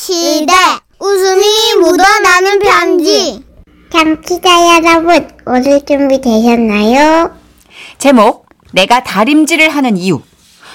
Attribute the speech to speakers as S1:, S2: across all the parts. S1: 시대 웃음이 묻어나는 편지
S2: 참치자 여러분, 오늘 준비 되셨나요?
S3: 제목 내가 다림질을 하는 이유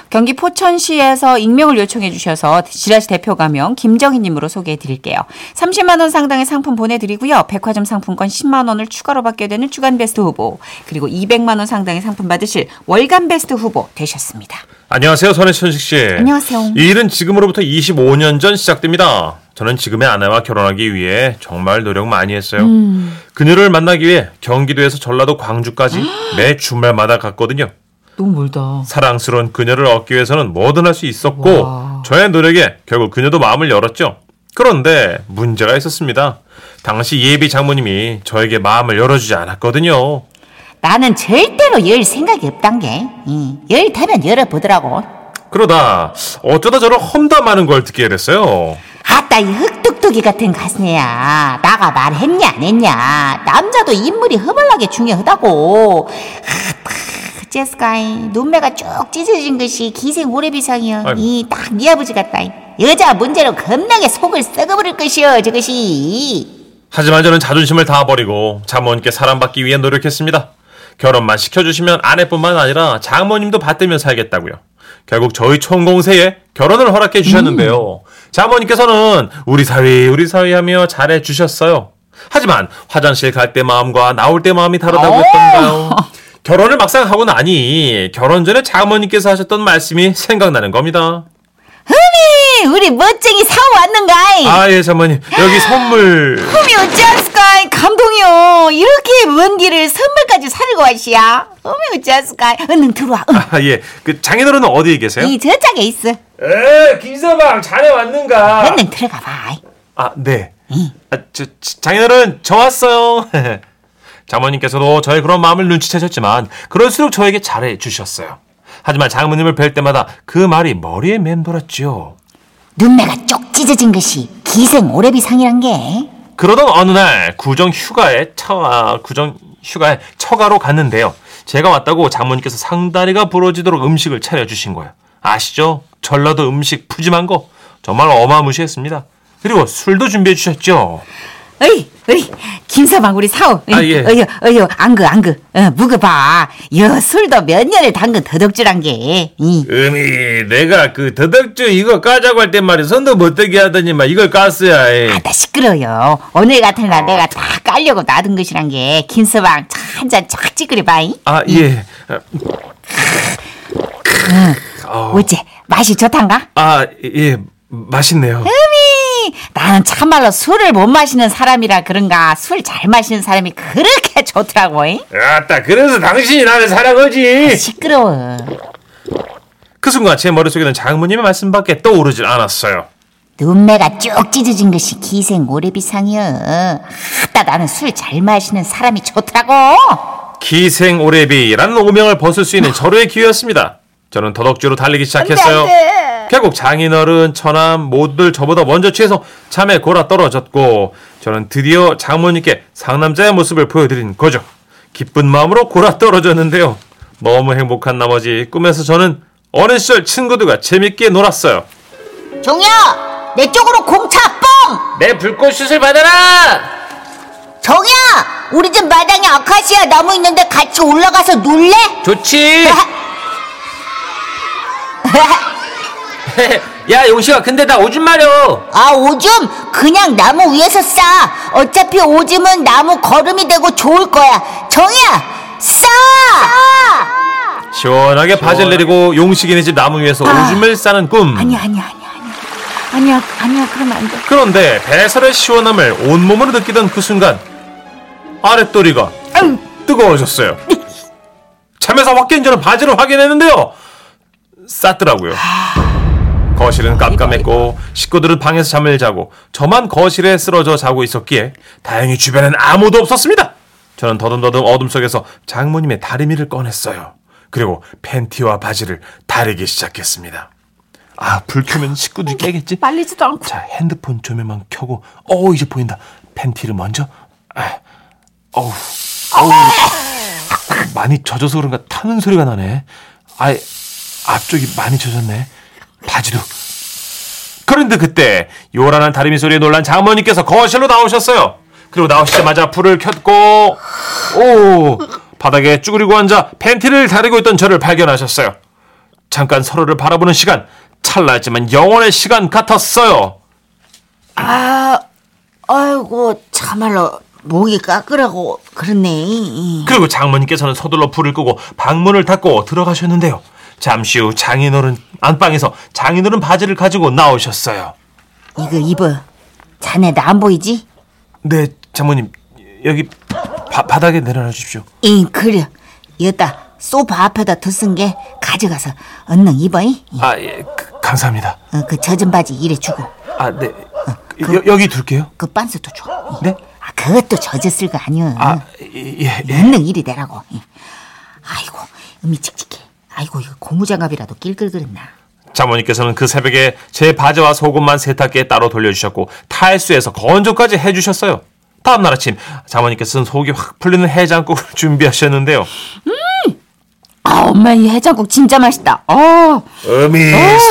S3: 경기 포천시에서 익명을 요청해 주셔서 지라시 대표 가명 김정희님으로 소개해 드릴게요. 30만 원 상당의 상품 보내드리고요. 백화점 상품권 10만 원을 추가로 받게 되는 주간 베스트 후보 그리고 200만 원 상당의 상품 받으실 월간 베스트 후보 되셨습니다.
S4: 안녕하세요, 선혜천식 씨.
S3: 안녕하세요.
S4: 이 일은 지금으로부터 25년 전 시작됩니다. 저는 지금의 아내와 결혼하기 위해 정말 노력 많이 했어요.
S3: 음.
S4: 그녀를 만나기 위해 경기도에서 전라도 광주까지
S3: 아!
S4: 매 주말마다 갔거든요.
S3: 너무 멀다.
S4: 사랑스러운 그녀를 얻기 위해서는 뭐든 할 수 있었고
S3: 와.
S4: 저의 노력에 결국 그녀도 마음을 열었죠. 그런데 문제가 있었습니다. 당시 예비 장모님이 저에게 마음을 열어주지 않았거든요.
S5: 나는 절대로 열 생각이 없단 게. 응. 열 되면 열어보더라고.
S4: 그러다 어쩌다 저를 험담하는 걸 듣게 됐어요.
S5: 아따, 이 흑뚝뚝이 같은 가스네야. 나가 말했냐, 안 했냐. 남자도 인물이 허벌나게 중요하다고. 아따, 제스카이. 눈매가 쭉 찢어진 것이 기생 오래비상이여.
S4: 아이고.
S5: 이, 딱 네 아버지 같다. 여자 문제로 겁나게 속을 썩어버릴 것이여, 저것이.
S4: 하지만 저는 자존심을 다 버리고 장모님께 사랑받기 위해 노력했습니다. 결혼만 시켜주시면 아내뿐만 아니라 장모님도 받들며 살겠다고요. 결국 저희 총공세에 결혼을 허락해 주셨는데요. 장모님께서는 우리 사위 우리 사위 하며 잘해 주셨어요. 하지만 화장실 갈 때 마음과 나올 때 마음이 다르다고 했던가요? 결혼을 막상 하고 나니 결혼 전에 장모님께서 하셨던 말씀이 생각나는 겁니다.
S5: 이, 우리 멋쟁이 사오 왔는가이.
S4: 아 예 장모님 여기 선물
S5: 꿈이 어찌 않을까이 감동이요 이렇게 먼 길을 선물까지 사려고 하시야 꿈이 어찌 않을까이 얼른 들어와 응.
S4: 아, 예. 그 장인어른은 어디에 계세요? 아.
S5: 이 저짝에 있어
S4: 에 김서방 자네 왔는가?
S5: 얼른 들어가 봐
S4: 아 네. 아, 저, 저, 장인어른 저 왔어요. 장모님께서도 저의 그런 마음을 눈치채셨지만 그럴수록 저에게 잘해 주셨어요. 하지만 장모님을 뵐 때마다 그 말이 머리에 맴돌았지요.
S5: 눈매가 쪽 찢어진 것이 기생 오래비 상이란 게
S4: 그러던 어느 날 구정 휴가에 처 아, 구정 휴가에 처가로 갔는데요. 제가 왔다고 장모님께서 상다리가 부러지도록 음식을 차려 주신 거예요. 아시죠? 전라도 음식 푸짐한 거 정말 어마무시했습니다. 그리고 술도 준비해 주셨죠.
S3: 어이 어이 김서방 우리 사오.
S4: 아, 예.
S3: 어이 어이 안그 안그 어, 묵어봐.
S5: 여 술도 몇 년을 담근 더덕질한 게 이.
S4: 음이 내가 그 더덕주 이거 까자고 할 때 말이 손도 못 대게 하더니만 이걸 깠어야 예. 해.
S5: 아따 시끄러요 오늘 같은 날 내가 다 깔려고 놔둔 것이란 게 김서방 한잔 쫙 찌그려 봐이
S4: 아 예.
S5: 어째 맛이 좋단가?
S4: 아 예 맛있네요.
S5: 나는 참말로 술을 못 마시는 사람이라 그런가 술 잘 마시는 사람이 그렇게 좋더라고 잉?
S4: 아따 그래서 당신이 나를 사랑하지.
S5: 시끄러워
S4: 그 순간 제 머릿속에는 장모님의 말씀밖에 떠오르질 않았어요.
S5: 눈매가 쭉 찢어진 것이 기생 오래비상이여 아따 나는 술 잘 마시는 사람이 좋더라고
S4: 기생 오래비라는 오명을 벗을 수 있는 절호의 기회였습니다. 저는 더덕주로 달리기 시작했어요. 결국 장인어른, 처남 모두들 저보다 먼저 취해서 잠에 골아 떨어졌고 저는 드디어 장모님께 상남자의 모습을 보여드린 거죠. 기쁜 마음으로 골아 떨어졌는데요. 너무 행복한 나머지 꿈에서 저는 어린 시절 친구들과 재밌게 놀았어요.
S5: 종야 내 쪽으로 공차 뻥
S4: 내 불꽃슛을 받아라!
S5: 종야 우리 집 마당에 아카시아 나무 있는데 같이 올라가서 놀래?
S4: 좋지! 야 용식아 근데 나 오줌 마려!
S5: 아 오줌 그냥 나무 위에서 싸 어차피 오줌은 나무 거름이 되고 좋을 거야 정이야 싸
S4: 시원하게 바지를 내리고 용식이네 집 나무 위에서 오줌을 싸는 꿈.
S3: 아, 아니야 아니야 아니야 아니야 아니야 아니야 그러면 안 돼.
S4: 그런데 배설의 시원함을 온몸으로 느끼던 그 순간 아랫도리가 뜨거워졌어요. 잠에서 확 깬 저는 바지를 확인했는데요. 쌌더라고요. 거실은 깜깜했고 식구들은 방에서 잠을 자고 저만 거실에 쓰러져 자고 있었기에 다행히 주변엔 아무도 없었습니다. 저는 더듬더듬 어둠 속에서 장모님의 다리미를 꺼냈어요. 그리고 팬티와 바지를 다리기 시작했습니다. 아, 불 켜면 식구들이 깨겠지?
S3: 말리지도 않고.
S4: 자, 핸드폰 조명만 켜고, 어, 이제 보인다. 팬티를 먼저, 아, 어우, 어우. 많이 젖어서 그런가 타는 소리가 나네. 아, 앞쪽이 많이 젖었네. 바지도. 그 그런데 그때 요란한 다리미 소리에 놀란 장모님께서 거실로 나오셨어요. 그리고 나오시자마자 불을 켰고 오 바닥에 쭈그리고 앉아 팬티를 다리고 있던 저를 발견하셨어요. 잠깐 서로를 바라보는 시간 찰나지만 영원의 시간 같았어요.
S6: 아, 아이고 참말로 목이 까끄라고 그렇네.
S4: 그리고 장모님께서는 서둘러 불을 끄고 방문을 닫고 들어가셨는데요. 잠시 후 장인어른 안방에서 장인어른 바지를 가지고 나오셨어요.
S6: 이거 입어. 자네 나 안 보이지?
S4: 네, 장모님 여기 바, 바닥에 내려놔 주십시오.
S6: 잉 그래. 여따 소파 앞에다 드쓴 게 가져가서 얼른 입어잉.
S4: 아, 예, 그, 감사합니다.
S6: 어, 그 젖은 바지 이래 주고
S4: 아, 네. 여, 여기 둘게요.
S6: 그 반스도 줘.
S4: 네?
S6: 아, 그것도 젖었을 거 아니여.
S4: 아, 예, 예.
S6: 얼른 이리 내라고. 예. 아이고 음이 칙칙해. 아이고 이거 고무장갑이라도 낄끌거렸나.
S4: 장모님께서는 그 새벽에 제 바지와 속옷만 세탁기에 따로 돌려주셨고 탈수해서 건조까지 해주셨어요. 다음 날 아침 장모님께서는 속이 확 풀리는 해장국을 준비하셨는데요.
S5: 아, 엄마 이 해장국 진짜 맛있다. 어.
S4: 음이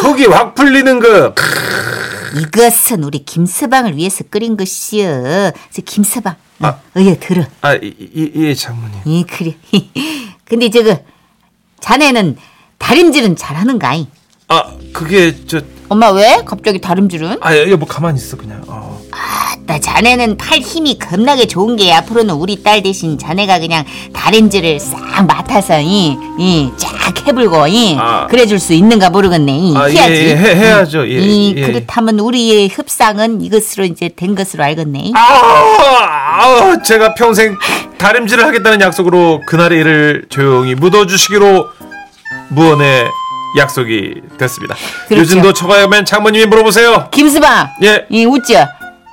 S4: 속이 확 풀리는 그
S6: 이것은 우리 김서방을 위해서 끓인 것이여. 그래서 김서방, 어,
S4: 아.
S6: 여 들어.
S4: 아, 이, 이, 예, 장모님.
S6: 예, 그래. 근데 저거 자네는 다림질은 잘하는가잉?
S4: 아, 그게 저,
S5: 엄마 왜? 갑자기 다림질은?
S4: 아, 여보 가만히 있어 그냥. 어.
S6: 나 자네는 팔 힘이 겁나게 좋은 게 앞으로는 우리 딸 대신 자네가 그냥 다림질을 싹 맡아서 이쫙 해불고 이
S4: 아.
S6: 그래줄 수 있는가 모르겠네. 이
S4: 아, 예,
S6: 해야지.
S4: 예, 해- 해야죠. 예,
S6: 이
S4: 예.
S6: 그렇다면 우리의 협상은 이것으로 이제 된 것으로 알겠네.
S4: 아, 아, 제가 평생 다림질을 하겠다는 약속으로 그날의 일을 조용히 묻어주시기로 무언의 약속이 됐습니다.
S5: 그렇죠.
S4: 요즘도 처가에면 장모님이 물어보세요.
S6: 김수방,
S4: 예.
S6: 이 웃죠.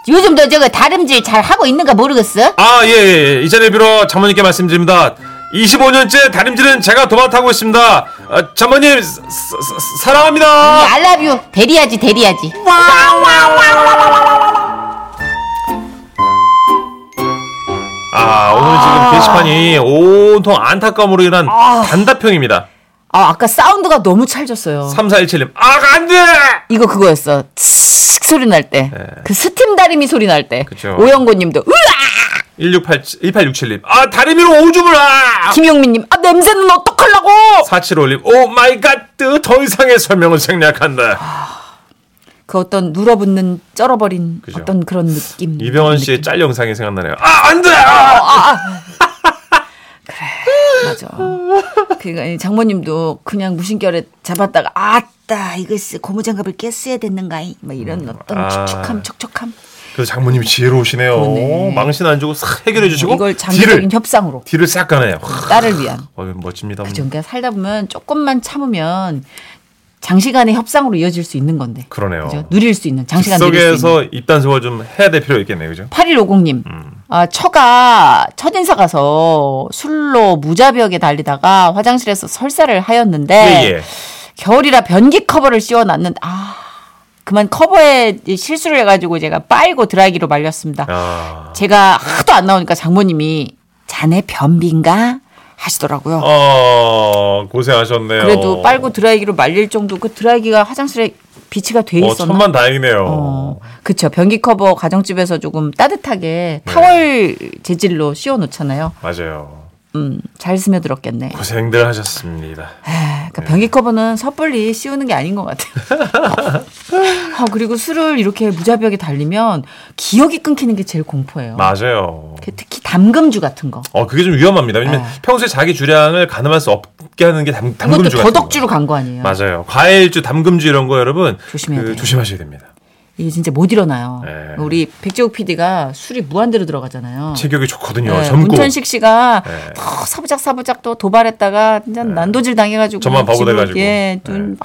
S6: 요즘도 저거 다림질 잘 하고 있는가 모르겠어.
S4: 아, 예, 예, 예. 이 자리에 빌어 장모님께 말씀드립니다. 25년째 다림질은 제가 도맡아고 있습니다. 아, 장모님, 사, 사- 사랑합니다.
S6: 알라뷰 대리하지 대리하지.
S4: 아, 오늘 지금 게시판이 온통 안타까움으로 인한 단답형입니다.
S5: 아, 아까 사운드가 너무 찰졌어요.
S4: 3417님, 아, 안 돼!
S5: 이거 그거였어. 칙 소리 날 때. 그 스팀 다리미 소리 날 때.
S4: 네. 그쵸.
S5: 오영곤 님도 으아!
S4: 1687, 1867님, 아, 다리미로 오줌을, 아!
S5: 김용민 님. 아, 냄새는 어떡하려고?
S4: 4751님, 오 마이 갓, 뜨, 더 이상의 설명은 생략한다.
S5: 그 어떤 눌어붙는 쩔어버린
S4: 그죠.
S5: 어떤 그런 느낌.
S4: 이병헌 씨의 짤 영상이 생각나네요. 아, 안 돼! 아!
S5: 맞아. 그러니까 이 장모님도 그냥 무심결에 잡았다가 아따 이것이 고무장갑을 깼어야 됐는가이. 막 이런 어떤
S4: 아.
S5: 촉촉함, 촉촉함.
S4: 그래서 장모님이 지혜로우시네요. 망신 안 주고 싹 해결해 주시고,
S5: 이걸 장기적인
S4: 뒤를,
S5: 협상으로
S4: 뒤를 싹 가네요. 와,
S5: 딸을 위한.
S4: 어, 멋집니다.
S5: 그죠. 그러니까 살다 보면 조금만 참으면 장시간의 협상으로 이어질 수 있는 건데.
S4: 그러네요.
S5: 그죠? 누릴 수 있는 장시간 누릴 수 있는.
S4: 속에서 입단 소화 좀 해야 될 필요가 있겠네요. 그죠?
S5: 8150님.
S4: 음.
S5: 아, 처가 첫인사 가서 술로 무자벽에 달리다가 화장실에서 설사를 하였는데
S4: 예, 예.
S5: 겨울이라 변기 커버를 씌워놨는데 아 그만 커버에 실수를 해가지고 제가 빨고 드라이기로 말렸습니다.
S4: 아.
S5: 제가 하도 안 나오니까 장모님이 자네 변비인가 하시더라고요.
S4: 어 고생하셨네요. 어,
S5: 그래도 빨고 드라이기로 말릴 정도 그 드라이기가 화장실에 비치가 돼
S4: 어,
S5: 있었나?
S4: 천만 다행이네요.
S5: 어, 그쵸. 변기 커버 가정집에서 조금 따뜻하게
S4: 네.
S5: 타월 재질로 씌워 놓잖아요.
S4: 맞아요.
S5: 음, 잘 스며들었겠네.
S4: 고생들 하셨습니다.
S5: 아,
S4: 네.
S5: 그러니까 변기 커버는 섣불리 씌우는 게 아닌 것 같아요. 아, 그리고 술을 이렇게 무자비하게 달리면 기억이 끊기는 게 제일 공포예요.
S4: 맞아요.
S5: 그 특히 담금주 같은 거.
S4: 어 그게 좀 위험합니다. 왜냐면 평소에 자기 주량을 가늠할 수 없게 하는 게 담,
S5: 그것도
S4: 담금주 같은
S5: 더덕주로 간 거 아니에요.
S4: 거. 맞아요. 과일주, 담금주 이런 거 여러분
S5: 조심해야
S4: 그,
S5: 돼요.
S4: 조심하셔야 됩니다.
S5: 이게 진짜 못 일어나요.
S4: 네.
S5: 우리 백지욱 PD가 술이 무한대로 들어가잖아요.
S4: 체격이 좋거든요.
S5: 네,
S4: 젊고
S5: 문천식 씨가
S4: 네.
S5: 더 사부작사부작 또 도발했다가 진짜 난도질 당해가지고
S4: 예. 저만 바보
S5: 집으로,
S4: 돼가지고.
S5: 예,
S4: 네.
S5: 눈막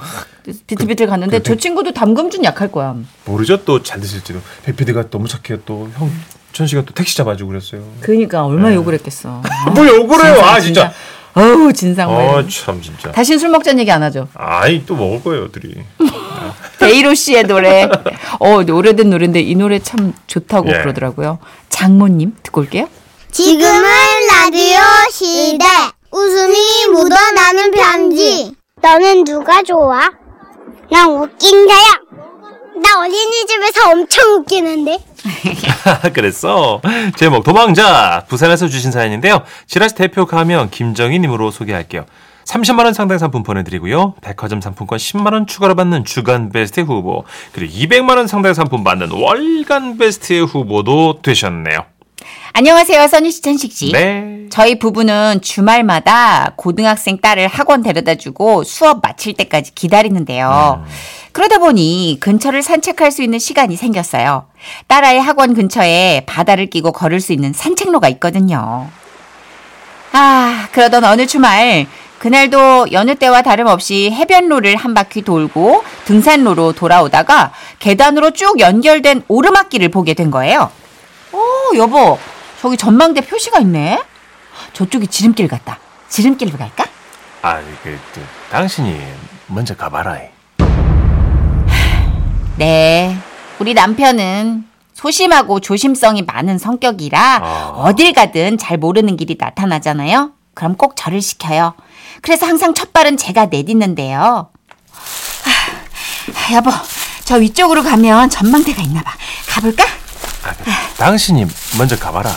S5: 비틀비틀 갔는데 저 친구도 담금준 약할 거야.
S4: 모르죠 또 잘 드실지도. 백 PD가 너무 착해 또형 천식이가 또 택시 잡아주고 그랬어요.
S5: 그러니까 얼마나 욕을 했겠어.
S4: 뭘 욕을 해요? 예. 아 진짜. 아, 음.
S5: 어우 진상. 뭐 이런.
S4: 어참 진짜.
S5: 다신 술 먹자는 얘기 안 하죠.
S4: 아이 또 먹을 거예요, 둘이.
S5: 베이로 씨의 노래. 어 오래된 노래인데 이 노래 참 좋다고
S4: 예.
S5: 그러더라고요. 장모님 듣고 올게요.
S2: 지금은 라디오 시대. 웃음이 묻어나는 편지.
S7: 너는 누가 좋아? 난 웃긴 자야. 나
S2: 어린이집에서 엄청 웃기는데?
S4: 그랬어. 제목 도망자 부산에서 주신 사연인데요. 지라시 대표 가면 김정희님으로 소개할게요. 30만 원 상당 상품 보내드리고요. 백화점 상품권 10만 원 추가로 받는 주간 베스트 후보 그리고 200만 원 상당 상품 받는 월간 베스트 후보도 되셨네요.
S5: 안녕하세요, 써니 씨, 천식 씨.
S4: 네.
S5: 저희 부부는 주말마다 고등학생 딸을 학원 데려다 주고 수업 마칠 때까지 기다리는데요. 그러다 보니 근처를 산책할 수 있는 시간이 생겼어요. 딸아이 학원 근처에 바다를 끼고 걸을 수 있는 산책로가 있거든요. 아, 그러던 어느 주말, 그날도 여느 때와 다름없이 해변로를 한 바퀴 돌고 등산로로 돌아오다가 계단으로 쭉 연결된 오르막길을 보게 된 거예요. 오, 여보, 저기 전망대 표시가 있네? 저쪽이 지름길 같다. 지름길로 갈까?
S4: 아, 그, 그, 당신이 먼저 가봐라.
S5: 네. 우리 남편은 소심하고 조심성이 많은 성격이라
S4: 아.
S5: 어딜 가든 잘 모르는 길이 나타나잖아요. 그럼 꼭 저를 시켜요. 그래서 항상 첫 발은 제가 내딛는데요. 아, 여보, 저 위쪽으로 가면 전망대가 있나 봐. 가볼까?
S4: 아, 그, 당신이 먼저 가봐라.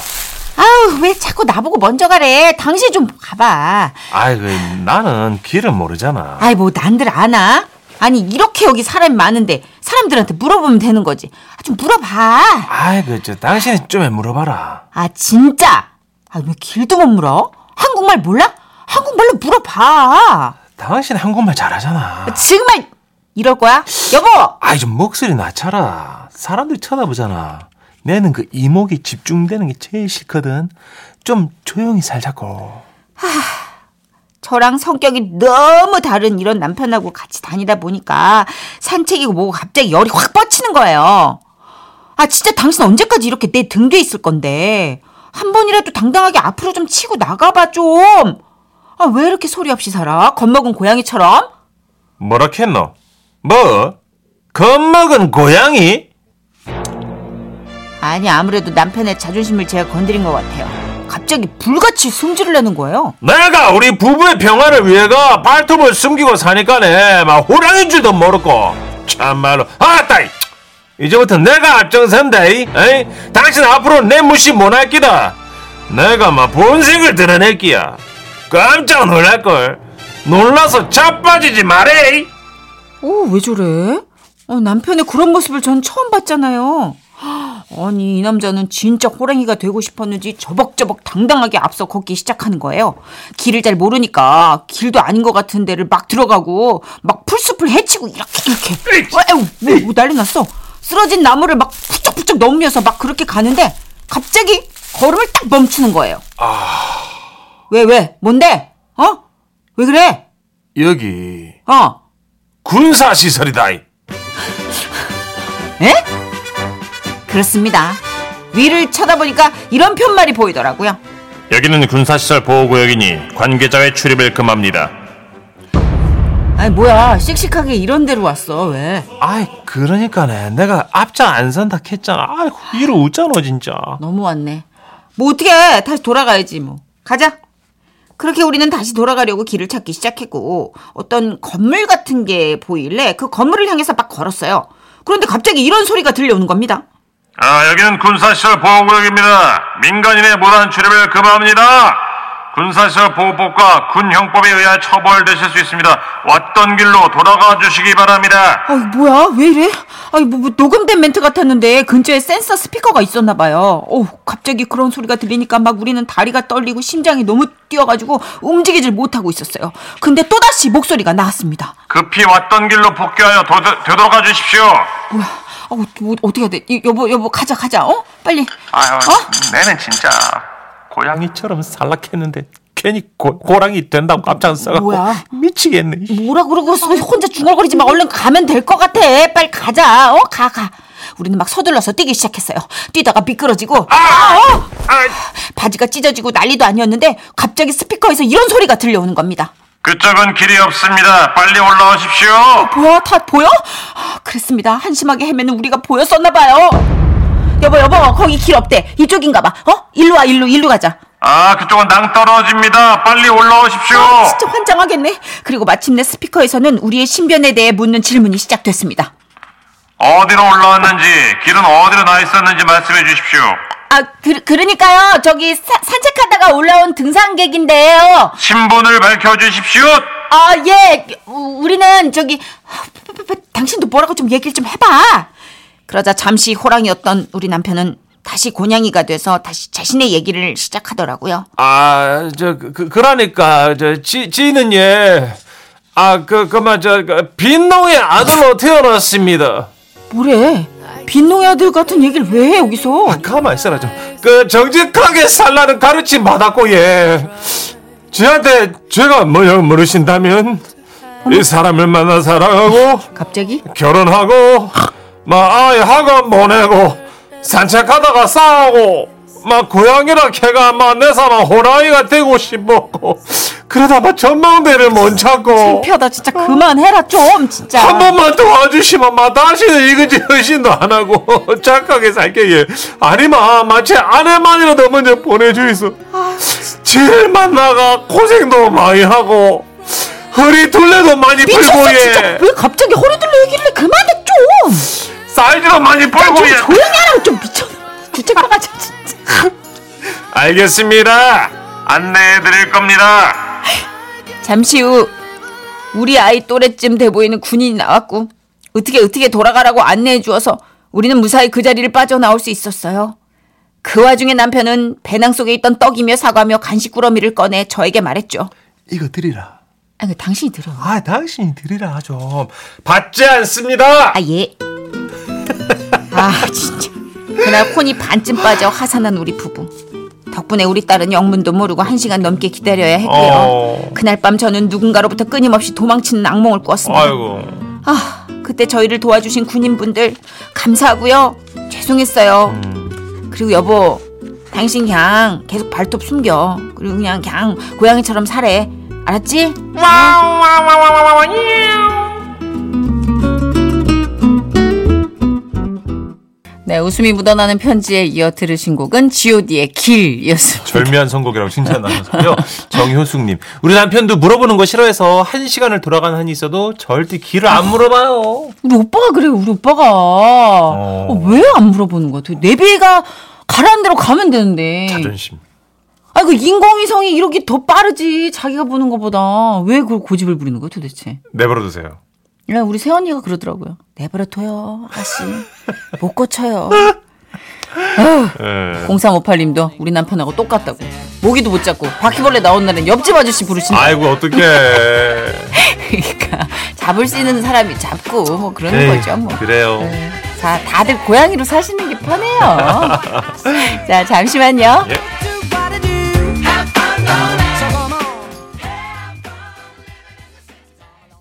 S5: 아우, 왜 자꾸 나보고 먼저 가래? 당신 좀 가봐.
S4: 아이, 그, 나는 길을 모르잖아.
S5: 아이 뭐 난들 아나? 아니 이렇게 여기 사람이 많은데 사람들한테 물어보면 되는 거지. 아, 좀 물어봐.
S4: 아이, 그, 저, 당신이 좀 물어봐라.
S5: 아 진짜? 아 왜 길도 못 물어? 한국말 몰라? 한국말로 물어봐.
S4: 당신 한국말 잘하잖아.
S5: 정말 이럴 거야? 여보.
S4: 아이 좀 목소리 낮춰라. 사람들이 쳐다보잖아. 내는 그 이목이 집중되는 게 제일 싫거든. 좀 조용히 살자고.
S5: 저랑 성격이 너무 다른 이런 남편하고 같이 다니다 보니까 산책이고 뭐고 갑자기 열이 확 뻗치는 거예요. 아 진짜 당신 언제까지 이렇게 내 등 뒤에 있을 건데 한 번이라도 당당하게 앞으로 좀 치고 나가봐 좀. 아 왜 이렇게 소리 없이 살아? 겁먹은 고양이처럼?
S4: 뭐라 했노? 뭐? 겁먹은 고양이?
S5: 아니 아무래도 남편의 자존심을 제가 건드린 것 같아요. 갑자기 불같이 승질을 내는 거예요.
S4: 내가 우리 부부의 평화를 위해가 발톱을 숨기고 사니까네. 막 호랑인 줄도 모르고. 참말로. 아따! 이. 이제부터 내가 앞장선다. 이. 에이? 당신 앞으로 내 무시 못할 기다. 내가 막 본색을 드러낼 기야. 깜짝 놀랄걸. 놀라서 자빠지지 말해. 이.
S5: 어, 왜 저래? 어, 남편의 그런 모습을 전 처음 봤잖아요. 아니, 이 남자는 진짜 호랑이가 되고 싶었는지 저벅저벅 당당하게 앞서 걷기 시작하는 거예요. 길을 잘 모르니까 길도 아닌 것 같은 데를 막 들어가고 막 풀숲을 헤치고 이렇게 이렇게. 에휴, 뭐, 뭐 난리 났어. 쓰러진 나무를 막 푸쩍푸쩍 넘으면서 막 그렇게 가는데 갑자기 걸음을 딱 멈추는 거예요. 왜, 왜? 뭔데? 어? 왜 그래?
S4: 여기
S5: 어?
S4: 군사시설이다. 이.
S5: 에? 그렇습니다. 위를 쳐다보니까 이런 편말이 보이더라고요.
S4: 여기는 군사시설 보호구역이니 관계자의 출입을 금합니다.
S5: 아니 뭐야 씩씩하게 이런 데로 왔어 왜?
S4: 아이 그러니까네 내가 앞장 안 선다 했잖아 아이고 이로 웃잖아 진짜
S5: 너무 왔네. 뭐 어떻게 해 다시 돌아가야지 뭐 가자. 그렇게 우리는 다시 돌아가려고 길을 찾기 시작했고 어떤 건물 같은 게 보일래 그 건물을 향해서 막 걸었어요. 그런데 갑자기 이런 소리가 들려오는 겁니다.
S8: 아, 여기는 군사시설 보호구역입니다. 민간인의 무단 출입을 금합니다. 군사시설 보호법과 군형법에 의하여 처벌되실 수 있습니다. 왔던 길로 돌아가 주시기 바랍니다.
S5: 아이 뭐야 왜 이래? 아이 뭐, 뭐 녹음된 멘트 같았는데 근처에 센서 스피커가 있었나 봐요. 어 갑자기 그런 소리가 들리니까 막 우리는 다리가 떨리고 심장이 너무 뛰어가지고 움직이질 못하고 있었어요. 근데 또 다시 목소리가 나왔습니다.
S8: 급히 왔던 길로 복귀하여 도드- 되돌아가 주십시오.
S5: 뭐야? 어, 뭐, 어떻게 해야 돼? 이, 여보 여보 가자 가자 어 빨리.
S8: 아유,
S5: 어?
S8: 내는 진짜 고양이.
S4: 고양이처럼 살락했는데 괜히 고, 고랑이 된다고 앞장 서갖고
S5: 뭐야?
S4: 미치겠네
S5: 뭐라 그러고 있어. 혼자 중얼거리지 마. 얼른 가면 될 것 같아. 빨리 가자. 어? 가, 가. 우리는 막 서둘러서 뛰기 시작했어요. 뛰다가 미끄러지고. 아! 어! 바지가 찢어지고 난리도 아니었는데 갑자기 스피커에서 이런 소리가 들려오는 겁니다.
S8: 그쪽은 길이 없습니다. 빨리 올라오십시오.
S5: 뭐야? 다 보여? 아, 그랬습니다. 한심하게 헤매는 우리가 보였었나 봐요. 여보, 여보. 거기 길 없대. 이쪽인가 봐. 어? 일로 와. 일로 일로 가자.
S8: 아, 그쪽은 낭떨어집니다. 빨리 올라오십시오.
S5: 아, 진짜 환장하겠네. 그리고 마침내 스피커에서는 우리의 신변에 대해 묻는 질문이 시작됐습니다.
S8: 어디로 올라왔는지, 길은 어디로 나 있었는지 말씀해 주십시오.
S5: 아, 그, 그러니까요. 저기 사- 산책하다가 올라온 등산객인데요.
S8: 신분을 밝혀 주십시오.
S5: 아, 예. 우- 우리는 저기 어, 당신도 뭐라고 좀 얘기를 좀 해봐. 그러자 잠시 호랑이였던 우리 남편은 다시 고양이가 돼서 다시 자신의 얘기를 시작하더라고요.
S4: 아, 저, 그, 그러니까, 저, 지, 지는 예. 아, 그, 그만, 저, 그, 빈농의 아들로 태어났습니다.
S5: 뭐래? 빈농의 아들 같은 얘기를 왜 해, 여기서?
S4: 가만 있어라, 좀. 그, 정직하게 살라는 가르침 받았고, 예. 쟤한테 제가 뭐냐 물으신다면, 이 사람을 만나 사랑하고,
S5: 갑자기?
S4: 어? 결혼하고, 막 아이 학원 보내고, 산책하다가 싸우고, 막 고양이랑 개가 막 내 사랑 호랑이가 되고 싶었고, 그러다 막 전망대를 못 찾고,
S5: 펴다 진짜 그만해라 좀 진짜.
S4: 한 번만 더 와주시면 막 다시는 이거지 의심도 안 하고 착하게 살게 예. 아니면 마치 아내만이라도 먼저 보내주이소
S5: 아,
S4: 제일 만나가 고생도 많이 하고 허리 둘레도 많이
S5: 미쳤어
S4: 풀고
S5: 진짜.
S4: 예
S5: 왜 갑자기 허리 들려 얘기를 해? 그만해 좀.
S4: 사이즈도 많이 풀고 예
S5: 조용히 하라고 좀 미쳐. 주책받아져 진짜.
S4: 알겠습니다
S8: 안내해 드릴 겁니다.
S5: 잠시 후 우리 아이 또래쯤 돼 보이는 군인이 나왔고 어떻게 어떻게 돌아가라고 안내해 주어서 우리는 무사히 그 자리를 빠져나올 수 있었어요. 그 와중에 남편은 배낭 속에 있던 떡이며 사과며 간식 꾸러미를 꺼내 저에게 말했죠.
S4: 이거 드리라
S5: 아, 그 당신이 들어.
S4: 아 당신이 드리라 좀 받지 않습니다
S5: 아 예. 아 진짜. 그날 콘이 반쯤 빠져 화산한 우리 부부. 덕분에 우리 딸은 영문도 모르고 한 시간 넘게 기다려야 했고요.
S4: 어.
S5: 그날 밤 저는 누군가로부터 끊임없이 도망치는 악몽을 꾸었습니다.
S4: 아이고
S5: 아, 그때 저희를 도와주신 군인분들 감사하고요. 죄송했어요.
S4: 음.
S5: 그리고 여보, 당신 그냥 계속 발톱 숨겨. 그리고 그냥 그냥 고양이처럼 살해. 알았지? 네, 웃음이 묻어나는 편지에 이어 들으신 곡은 G.O.D의 길이었습니다.
S4: 절묘한 선곡이라고 칭찬하셨고요. 정효숙님, 우리 남편도 물어보는 거 싫어해서 한 시간을 돌아간 한이 있어도 절대 길을 안 물어봐요.
S5: 우리 오빠가 그래, 우리 오빠가
S4: 어.
S5: 왜 안 물어보는 거야? 도대체 내비가 가라는 대로 가면 되는데.
S4: 자존심.
S5: 아니 그 인공위성이 이렇게 더 빠르지 자기가 보는 것보다 왜 그걸 고집을 부리는 거야 도대체
S4: 내버려두세요.
S5: 야, 아, 우리 세언니가 그러더라고요 내버려둬요 아씨 못 고쳐요
S4: 네. 예.
S5: 0358님도 우리 남편하고 똑같다고 모기도 못 잡고 바퀴벌레 나온 날엔 옆집 아저씨 부르신다
S4: 아이고 어떡해.
S5: 그러니까 잡을 수 있는 사람이 잡고 뭐 그러는
S4: 에이,
S5: 거죠 뭐
S4: 그래요.
S5: 자, 다들 고양이로 사시는 게 편해요 자 잠시만요
S4: 예.